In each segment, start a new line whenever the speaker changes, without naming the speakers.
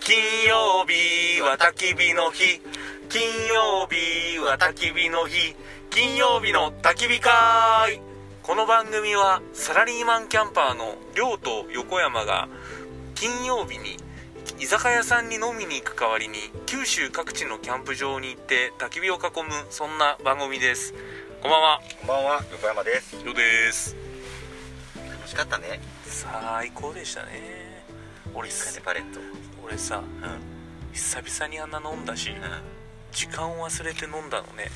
金曜日は焚き火の日金曜日は焚き火の日金曜日の焚き火会この番組はサラリーマンキャンパーの亮と横山が金曜日に居酒屋さんに飲みに行く代わりに九州各地のキャンプ場に行って焚き火を囲むそんな番組ですこんばんは
こんばんは、横山です。
亮です
楽しかったね。
最高でしたね俺
カ
さ
ネパレット。うん。
俺さ
うん。
久々にあんな飲んだし時間を忘れて飲んだのね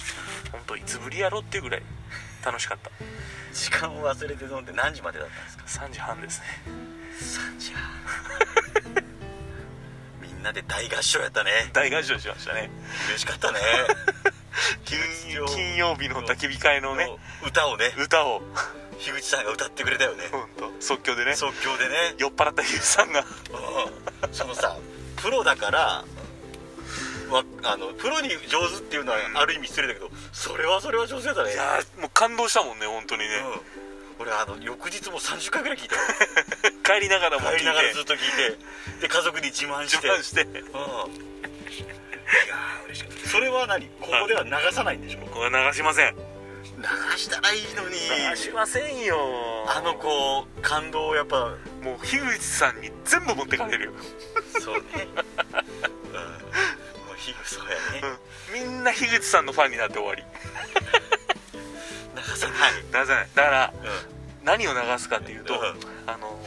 ほんといつぶりやろっていうぐらい楽しかった
時間を忘れて飲んで何時までだったん ですか
3時半ですね
?3 時半。みんなで大合唱やったね。
大合唱しましたね
嬉しかったね。
金
曜
金曜日の焚き火会のね
歌をね、
歌を
樋口さんが歌ってくれたよね。
ほんと即興でね
即興でね。
酔っ払ったヒューさんが
うんそのさ、プロだから、わあのプロに上手っていうのはある意味失礼だけど、それはそれは上手だったね
いやーもう感動したもんね本当にね、
うん、俺あの翌日 も30回ぐらい聞いたよ
帰りながらも聞いて
帰りながらずっと聞いてで家族に自慢し
自
て
慢して
うんいやー嬉しかったそれは何ここでは流さないんでしょ
これ流しません
流したらいいのに
流しませんよ
あのこう感動をやっぱ
もう樋口さんに全部持ってかれるよ、
そうねうんもうひそうやね
うん、みんな樋口さんのファンになって終わり
流さない
流せないだから
う
何を流すかっていうと、
うん
あの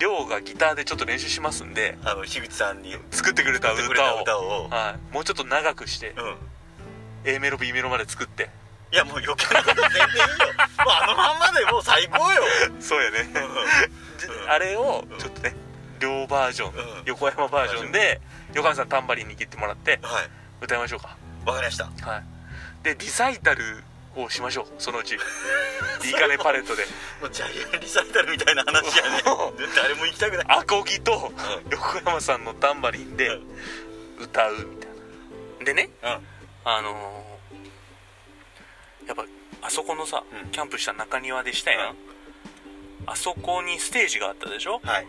亮がギターでちょっと練習しますんで
んあの樋口さんに
作ってくれた
歌って
歌を
くれた歌を
はい、もうちょっと長くして
うん
A メロ B メロまで作って
いやもう余計なこと全然いいよもうあのまんまでもう最高よ
そうやね
うん
あれを
うん
ちょっとね亮バージョン、
うん
横山バージョンで横山さんタンバリン握ってもらって
はい
歌いましょうか
わかりました
はいでリサイタルをしましょうそのう ちいいかねパレットで
もうジャイアンリサイタルみたいな話や ね誰も行きたくない
アコギと
う
横山さんのタンバリンで
うん
歌うみたいなでねあのーやっぱあそこのさ、
うん
キャンプした中庭でしたやん、
うん
あそこにステージがあったでしょ
はい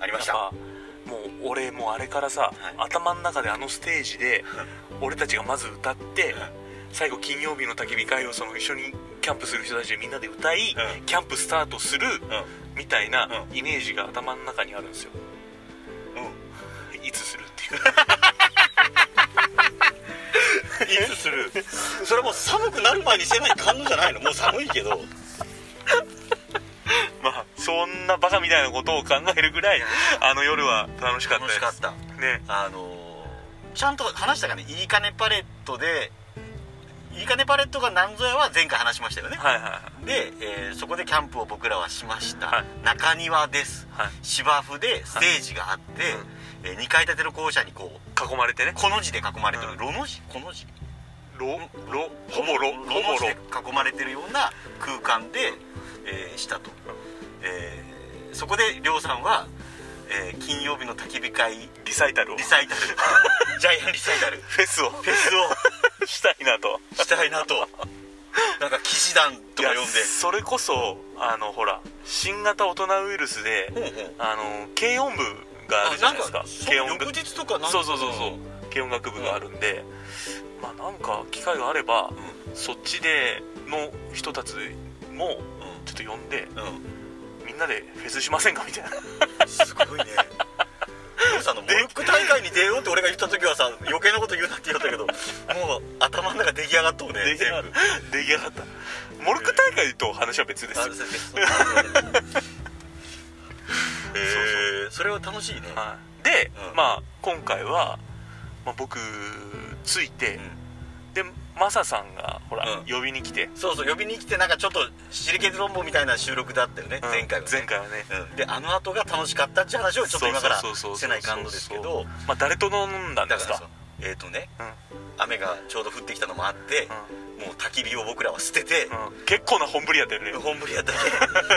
あり
やっ
ました
ぱもう俺もうあれからさ、
はい
頭の中であのステージで俺たちがまず歌って、最後金曜日の焚き火会をその一緒にキャンプする人たちでみんなで歌い、
うん
キャンプスタートする
う
みたいな
う
イメージが頭の中にあるんですよ
んうん
いつするって いう
いつするそれはもう寒くなる前にせないかんのじゃないのもう寒いけど
まあそんなバカみたいなことを考えるぐらいあの夜は楽しかった
楽
で
し
す
かった
ね
あのーちゃんと話したかねいいかねパレットでいいかねパレットが何ぞやは前回話しましたよね
はいはいはい
で、えーそこでキャンプを僕らはしました、
はい
中庭です、
はい
芝生でステージがあって、え2階建ての校舎にこう
囲まれてね
この字で囲まれてる、
うん
ロの字この字
ロロほぼロ
ロ
ほぼ
の字
ロ
で囲まれてるような空間で、えーしたと、えーそこで亮さんは、えー金曜日の焚き火会
リサイタルを
リ
フ
サイタ ルジャイアンリサイタル
ェスを
フェス
したいなと
をしたいなとなんか騎士団とか呼
い
ん
やそれこそあのほら新型大人ウイルスで
でほうほう
あの軽音部があるじゃないですか
そう
軽音
翌
楽
日とかなんか
そうそうそうそう軽音楽部があるんで、まあなんか機会があればそっちでの人たちも
う
ちょっと呼んで
んうん、うん
みんなでフェスしませんかみたいな
すごいねでもさあのモルック大会に出ようって俺が言った時はさ余計なこと言うなって言ったけどもう頭の中出来上がっとうね
出来上がっ
全部
出来上がったモルック大会と話は別です
あ
よ
そうそうそう へえそれは楽しいね
はいで、
うん
まあ今回は、まあ、僕ついて、でマサさんがほら、
うん
呼びに来て、
そうそう呼びに来てなんかちょっとしりけずロンボみたいな収録だったよね
うん
前回はね
前回はね
うんであの後が楽しかったっていう話をちょっと今から
そうそうそうそう
せないかんのですけど
まあ誰と飲んだんで
だか
す
らさ
か
えっとね
うん
雨がちょうど降ってきたのもあってもう焚き火を僕らは捨てて
うんうん結構な本ぶりやったよね
本ぶりやったっ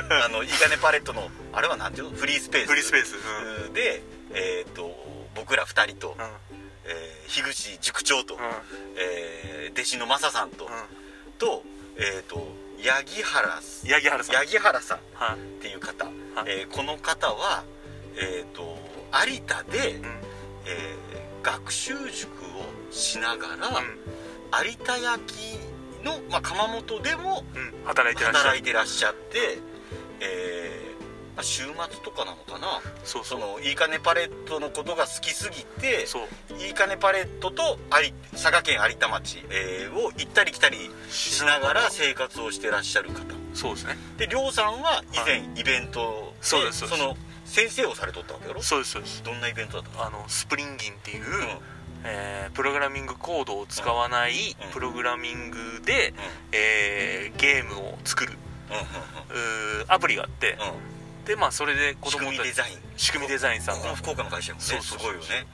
け あのいいかねパレットのあれはなんていうのフリースペース
フリースペース、
うんでえっ、と僕ら2人と、
うん
えー樋口塾長と、
うんうん
えー弟子のマサさんと、
う
とえっ、と八木原さ
ん八木原さん
八木原さんっ
はい、
ていう方、
はい
えーこの方はえっ、と有田で、
うん、
えー学習塾をしながら、
う
有田焼の、まあ、窯元でも
ん、うん、働いてらっしゃ
働い
る
てらっしゃって、えーまあ、週末とかなのかな
そうそ
そうのいいかねパレットのことが好きすぎて
そう
いいかねパレットと有佐賀県有田町、えーを行ったり来たりしながら生活をしてらっしゃる方
そうですね
で亮さんは以
は
前イベントで
そうですそうです
の先生をされとったわけやろ
そうですそうです
どんなイベントだったの
あのスプリンギンっていう、
うんうん
えープログラミングコードを使わない
うん
プログラミングで、えーゲームを作るうーアプリがあって
うんうんうん
でまあそれで子
仕
供
組み
た
デ
ち
ザイン
仕組みデザインさん
ここ
が
の福岡の会社やもんね
そう
す
そう
ご
そ
いうよね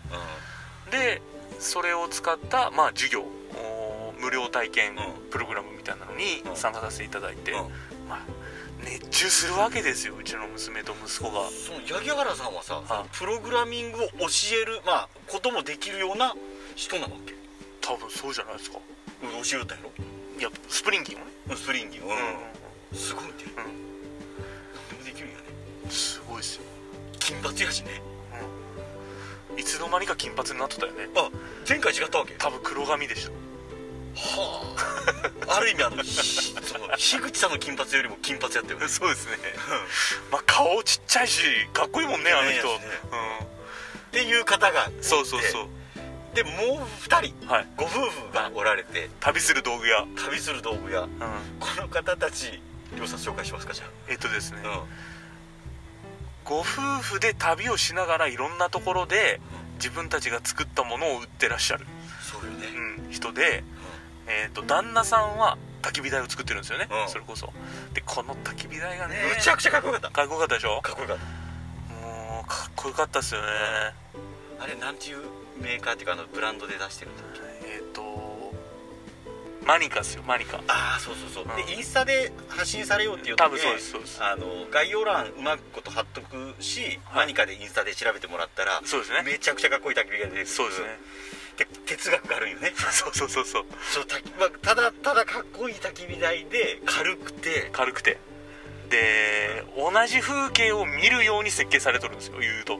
でそれを使った、まあ、授業おー無料体験
うん
プログラムみたいなのに
うん
参加させていただいて、
うん
まあ、熱中するわけですようちの娘と息子が
その八木原さんはさ
い
そのプログラミングを教えるまあこともできるような人なわけ
多分そうじゃないですか
うん教えよったんやろ
いやスプリンギンをね、
うんスプリンギングう
うん
すごいね
んうん
何でもできるんやね
うん、すごいですよ、
金髪やしね
うん、いつの間にか金髪になってたよね
あ前回違ったわけ
多分黒髪でした
は あある意味あのひその樋口さんの金髪よりも金髪やったよね
そうですねまあ顔ちっちゃいしかっこいいもんねあの人、
ねっていう方が
うん、そうそうそう
でもう2人
はい
ご夫婦がおられて
旅する道具屋、うん、
旅する道具屋この方たちりょうさん紹介しますかじゃ
えっとですね、
あ
ご夫婦で旅をしながらいろんなところで自分たちが作ったものを売ってらっしゃる、
そうよね
うん、人で、えー、と旦那さんは焚き火台を作ってるんですよね、
うん
それこそでこの焚き火台がね
むちゃくちゃかっこよかった
かっこよかったでしょ
かっこよかった
もうかっこよかったっすよね
あれなんていうメーカーっていうかあのブランドで出してるんだっけ
えっ、とマニカっすよマニカ
ああそうそうそう、
うん
でインスタで発信されようっていう
多分そうですそうです
あの概要欄うまくこと貼っとくし、
はい
何かでインスタで調べてもらったら
そうですね
めちゃくちゃかっこいい焚き火が出てくる
そうですね、
で哲学があるんよね
そうそうそうそう
そう焚きまあただただかっこいい焚き火台で軽くて
軽くてで同じ風景を見るように設計されとるんですよ言うと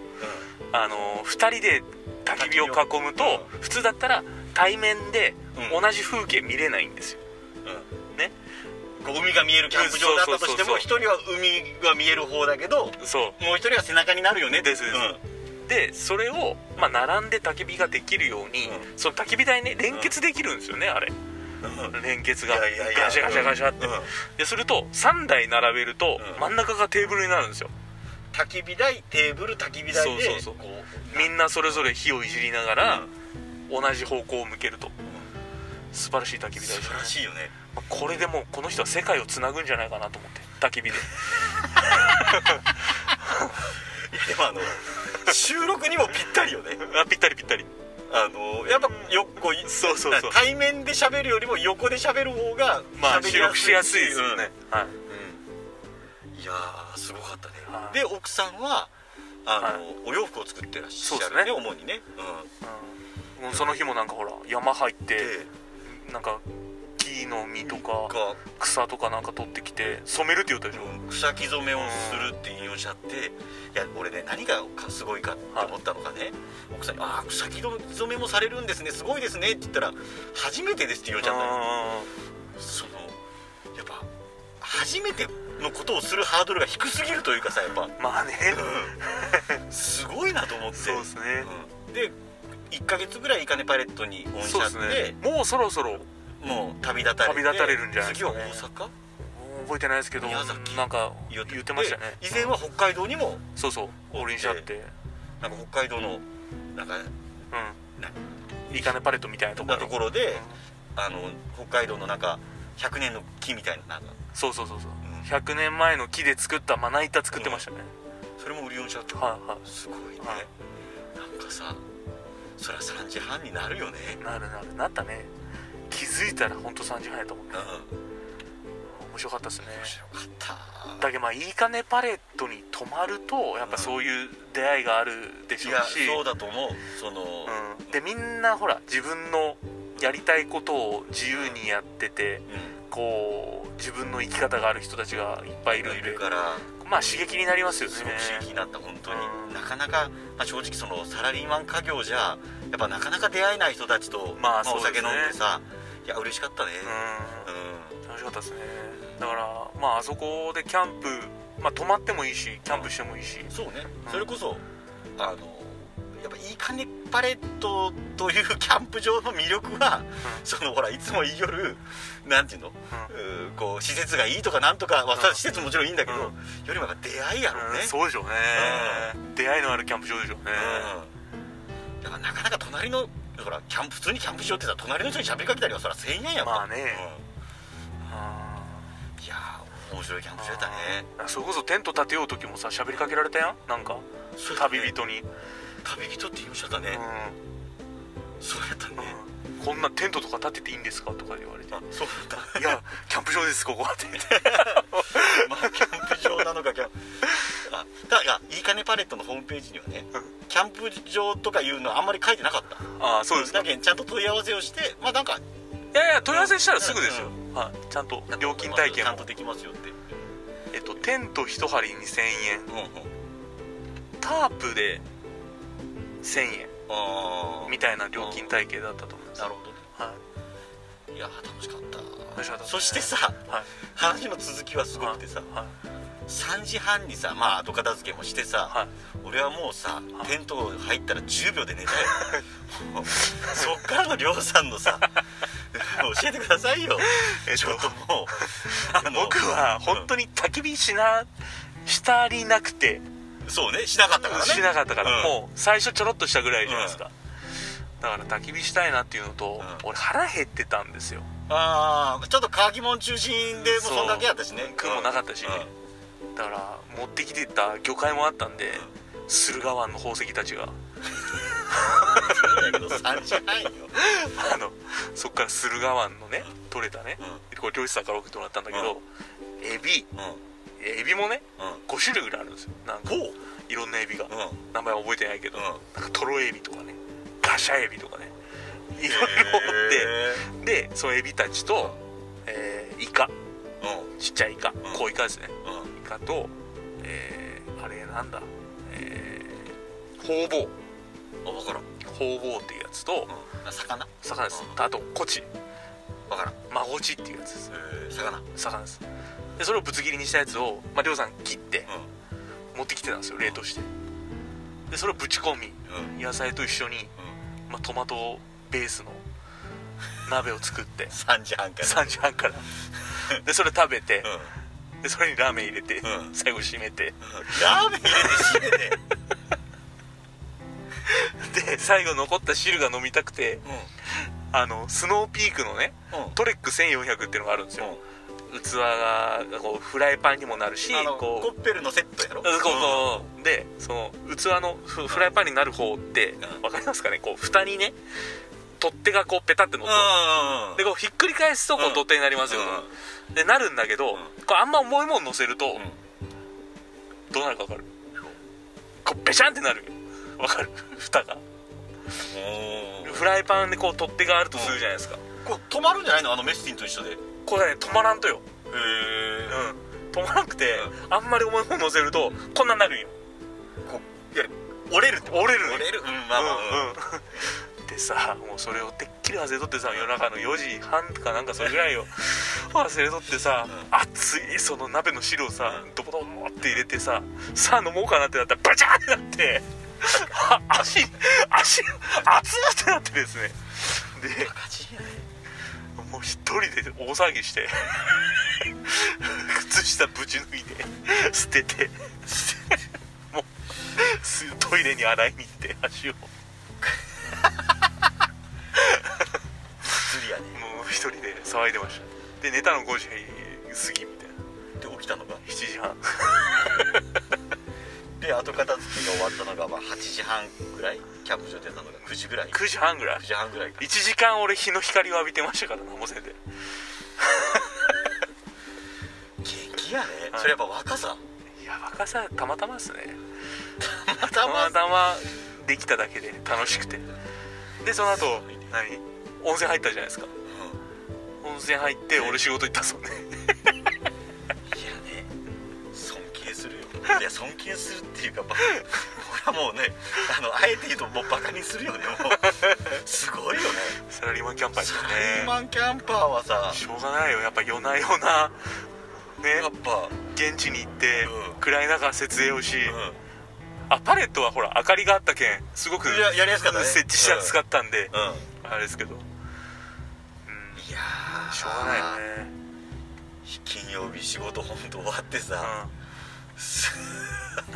あの2人で焚き火を囲むと
う
普通だったら対面で
うん
同じ風景見れないんですよ
うん
ね
こう海が見えるキャンプ場だったとして
う
も
ん
一
そ
人は海が見える方だけど
そ
もう一人は背中になるよね
ですですうでそれを、まあ、並んで焚き火ができるように、
う
その焚き火台ね連結できるんですよねあれ
うんうん
連結が
いやいやいや
ガシャガシャガシャって
うん
ですると3台並べると
うん
真ん中がテーブルになるんですよ
焚き火台テーブル焚き火台で
そうそうそう
こ
みんなそれぞれ火をいじりながら同じ方向を向けると素晴らしい焚き火台でした
素晴
ね
らしいよね
まあこれでもうこの人は世界をつなぐんじゃないかなと思って焚き火で
いやでもあの収録にもぴったりよね
あぴったりぴったり
あのやっぱよこう
そうそうそう
対面で喋るよりも横で喋る方が
まあ
喋り
収録しやすいですよね、はい
うんうんいやーすごかったね
はい
で奥さんはあの、
は
お洋服を作ってらっし
そ
ゃ
う
る
です
ね
ね
主にね、
うんもうその日もなんかほら山入っ
うん、
てなんか木の実とか
が、
草とかなんか取ってきて染めるって言ったでしょ
うん草木染めをするって引用しちゃっていや俺ね何がすごいかって思ったのがね、奥さんに「ああ草木染めもされるんですねすごいですね」って言ったら「初めてです」って言おうちゃったのよそのやっぱ初めてのことをするハードルが低すぎるというかさやっぱ
うんまあね
うんすごいなと思って
そうですね
うんで1ヶ月ぐらいいかねパレットにオンし
そう
ちゃ
で
っ
す
て
ねもうそろそろ
もう旅立たれて
旅立たれるんじゃないです
次は
か
大
ね
阪
覚えてないですけど
宮崎
なんか言ってましたね
で以前は北海道にも
そうそうオリンシャって
なんか北海道のなんかな
うんいいかねパレットみたいなとこ
な
ろ
ところで
うん
あの北海道のなんか100年の木みたいななんか
そうそうそうそう
うん
100年前の木で作ったまな板作ってましたね
それも売りオンしちゃって
はいは
すごいね
はい
なんかさそりゃ3時半になるよね
いなるなるなったね気づいたらほんと3時半やったもんね
うん
面白かったですね
面白かった
だけどまあいいかねパレットに泊まるとやっぱそういう出会いがあるでし
い
ょ
や
うし
そうだと思うその、
うん、でみんなほら自分のやりたいことを自由にやってて
うん
こう自分の生き方がある人たちがいっぱいい
いろ
るん
い
で
るから
まあ刺激になりますよね
すごく刺激になった本当に、
うん
なかなか、まあ、正直そのサラリーマン家業じゃやっぱなかなか出会えない人たちと、
まあ
お酒
そ
飲
うですね
んでさいや嬉しかったね
うん
うん
楽しかったですねだからまああそこでキャンプまあ泊まってもいいしキャンプしてもいいし
そうね
うん
それこそあのやっぱいい金パレットというキャンプ場の魅力は、
ん
そのほらいつも言いよるなんていうの、うーこう施設がいいとかなんとか、まあ
うん
施設もちろんいいんだけど、
うん
よりもやっぱ出会いやろうね、
うんそうでしょうね出会いのあるキャンプ場でしょうね
うんだからなかなか隣のほらキャンプ普通にキャンプしようって言ったら隣の人に喋りかけたりはそら1000円やんか
まあねあ
うんいやー面白いキャンプ場やったね
ーそれこそテント建てよう時もさ喋りかけられたやんなんか
そうやったね
旅人に、
旅人って言いましたね、
う
そうやったね
ん、うんこんなテントとか建てていいんですかとか言われて
あそうだっ
いやキャンプ場ですここはって言って
たまあキャンプ場なのかキャンプあだからいいかねパレットのホームページにはねキャンプ場とかいうのはあんまり書いてなかった
ああそうですか
だけどちゃんと問い合わせをしてまあなんか
いやいや問い合わせしたらすぐですよ
う、
はい、ちゃんと料金体験
ちゃん
も
と、できますよって
えっと、テント1針2000円
うんうん
タープで1000円
ああ
みたいな料金体系だったと思います、
なるほどね
はい
やー楽しかった
楽しかったね
そしてさ
い、はい、
話の続きはすごくてさ
はい
3時半にさまあ後片付けもしてさ、
はい
俺はもうさ
はい
テント入ったら10秒で寝たよもう そっからのりょうさんのさ 教えてくださいよ
えっ
ち
と
ょっともうあの
僕は本当に焚き火しなしたりなくて
うんそうねしなかったからね
しなかったから、
うん
もう最初ちょろっとしたぐらいじゃないですか、だから焚き火したいなっていうのと、
うん
俺腹減ってたんですよ
ああちょっと川木門中心でもう
そう
そんだけやったしね
雲もなかったしねだから持ってきてた魚介もあったんで、駿河湾の宝石たちが
そうだけど3時半 よ、
あのそっから駿河湾のね取れたね
う
これ漁師さんから送ってもらったんだけど、エビ
んうん
エビもね
うん
5種類ぐらいあるんですよなんか
こ
いろんなエビが
ううん
名前は覚えてないけど、
うん
なんかトロエビとかねガシャエビとかねいろいろおっ
へ
てでそのエビたちと、えーイカ
ー
ちっちゃいイカ
ん
小イカですね
うんうん
イカと、えーあれなんだえーホウボウ
あ分からん、
ホウボウっていうやつと
うん、魚
魚です
うん
あとコチ
分からん、
マゴチっていうやつです
えー、魚うん
魚ですでそれをぶつ切りにしたやつを、まあ、りょうさん切って持ってきてたんですよ冷凍してでそれをぶち込み
うんうん
野菜と一緒に、まあ、トマトベースの鍋を作って
3時半から
3時半からでそれ食べて
うんうん
でそれにラーメン入れて、
うん
最後締めて
ラーメン入れて締めて
で最後残った汁が飲みたくてあのスノーピークのね
うんうん
トレック1400っていうのがあるんですよ、器がこうフライパンにもなるし
あの
こう
コッペルのセットやろ
そうそうでその器のフフライパンになる方って
うん
わかりますかねこう蓋にね取っ手がこうペタって乗っ
うん
て
うんうん
でこうひっくり返すとこう
うん
取っ手になりますよ、でなるんだけど、
う
こうあんま重いもん乗せると、
うん
どうなるかわかるこうベシャンってなるわかる 蓋が
うんおー
フライパンでこう取っ手があるとするじゃないですか、
こう止まるんじゃないのあのメスティンと一緒でへ
これね止まらんとよ、
え
うん、止まらなくて、あんまり重いもん乗せるとこんなんなるんよ
こういや折れるって
折れるんよ
折れるうんまあまあうん
うん、でさもうそれをてっきり忘れとってさ夜中の4時半かなんかそれぐらいよ忘れとってさ、
う
熱いその鍋の汁をさ、
う
ドボドボって入れてささあ飲もうかなってなったらバチャーってなってあ足足熱っってなってですねで
赤字やね
もう一人で大騒ぎして靴下ぶち脱いで捨ててもうすトイレに洗いに行って足をも
釣りやね
う一人で騒いでましたで寝たの5時過ぎみたいな
で起きたのが
7時半
で後片付けが終わったのがまあ8時半ぐらいキャンプ場出たのが9時ぐらい9
9時半ぐらい
時半ぐらいか
1時間俺日の光を浴びてましたから何もせんで
激やね
はい
それやっぱ若さ
いや若さたまたまですね
た
たまたまできただけで楽しくてでその後何温泉入ったじゃないですか温泉入って俺仕事行ったっすもんね
いやね尊敬するよいや尊敬するっていうかば僕はもうねあのあえて言うともうバカにするよねもうすごいよね
サラリーマンキャンパーです
サ
よ
ラリー
ね
マンキャンパーはさ
しょうがないよやっぱ夜な夜なね
やっぱ、
現地に行って
うん
暗い中設営をし、
う
あパレットはほら明かりがあったけんすごく
いややりやすかったね
設置しやすかったんで、
んうん、
あれですけどうん
いやー
しょうがないよね
金曜日仕事本当終わって
う
さ、
ん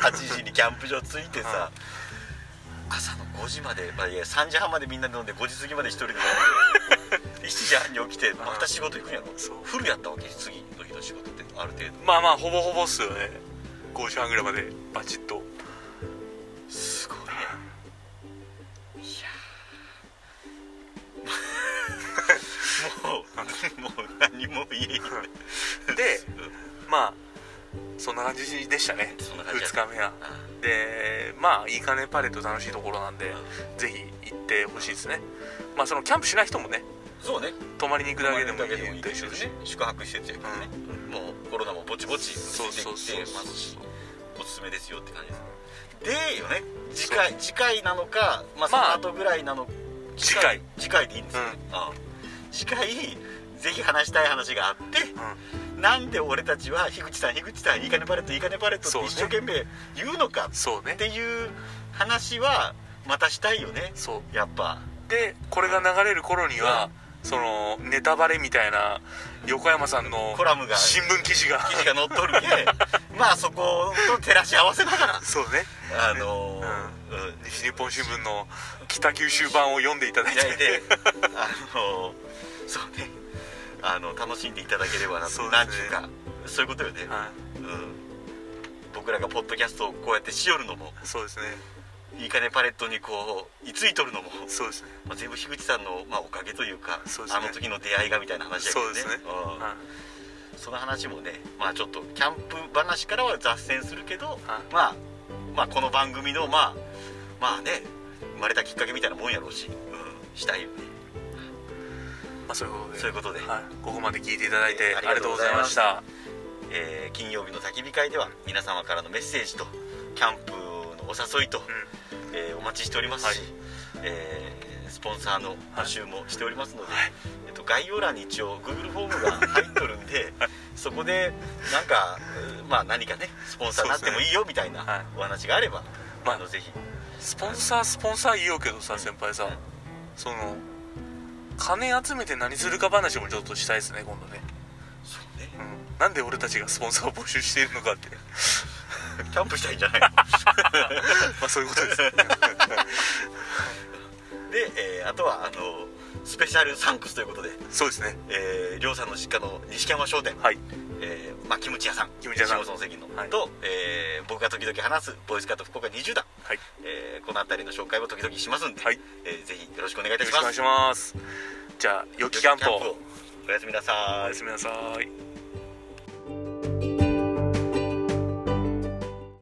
8時にキャンプ場着いてさ、朝の5時まで、まあ、いや3時半までみんなで飲んで5時過ぎまで一人で飲ん で7時半に起きてまた仕事行くんやろ
そう
フルやったわけ次の日の仕事ってある程度
まあまあほぼほぼっすよね5時半ぐらいまでバチッと
すごいねいやーもうもう何も言えへん
でまあそんな感じでしたね
そんな感じや
2日目はでまあいいかねパレット楽しいところなんで、ぜひ行ってほしいですねまあそのキャンプしない人もね
そうね
泊まりに行くだけでもいい
いいですよね宿泊施設やけどね、もうコロナもぼちぼち
そ
落
う
ち
そう
て
そう
きて
そ
ま
う
すしおすすめですよって感じですでよね次回次回なのか、まあ、そ
まあ
の後ぐらいなの、
次回
次回でいいんですよね、ああ次回ぜひ話したい話があって
うん
なんで俺たちは樋口さん樋口さんいいかねパレットいいかねパレット
そう
って
ね
一生懸命言うのか
そうね
っていう話はまたしたいよね
そう
やっぱ
でこれが流れる頃には、そのネタバレみたいな横山さんの
コラムが
新聞記事が
記事が載っとるんでまあそこと照らし合わせなが ら
そうね
あのーうん
西日本新聞の北九州版を読んでいただいて
開いてあのーそうねあの楽しんでいただければな
そう
と
ですね
なんていうかそういうことよね、
は
うん、僕らがポッドキャストをこうやってしよるのも
いそうですね
いいかねパレットにこう居ついとるのも、
そうですね
まあ、全部樋口さんの、まあ、おかげというか
そうですね
あの時の出会いがみたいな話やけどね
そうですね
うん
は
その話もねまあちょっとキャンプ話からは雑線するけど、
い
まあまあこの番組のまあまあね生まれたきっかけみたいなもんやろうし、うん、したいよね
いまあそういうことで
そういうことで、
はい、ここまで聞いていただいて
えー
あ
あ
り
り
がと
がと
うご
うご
ざ
ざ
い
い
ま
ま
し
したたえー金曜日の焚き火会では皆様からのメッセージとキャンプのお誘いと、えーお待ちしておりますし、
はい
えースポンサーの募集もしておりますので、えっと、概要欄に一応 Google フォームが入っとる んでそこでなんか、えーまあ、何かねスポンサーになってもいいよみたい
そうですね
なお話があれば、
まあ
あのぜひ
スポンサースポンサー言おうけどさ先輩さ
うん
その金集めて何するか話もちょっとしたいですね今度ね、
そうね
うん、なんで俺たちがスポンサーを募集しているのか って
キャンプしたいんじゃな い
まあそういうことですね
ので、えーあとはあのスペシャルサンクスということで、
そうですね
えー、りょうさんの実家の西山商店、
はい
えーまあ、キムチ屋さん
キムチ屋さん
下関の、
はい
と、えー僕が時々話すボイスカット福岡20段、
はいよ
えーこの辺りの紹介も時々しますんで、
はい
えーぜひよろしくお願いいた
ろし
し
くお
ます
願いしますじゃあ良きキャンプを
おやすみなさ
お
い
やすみなさい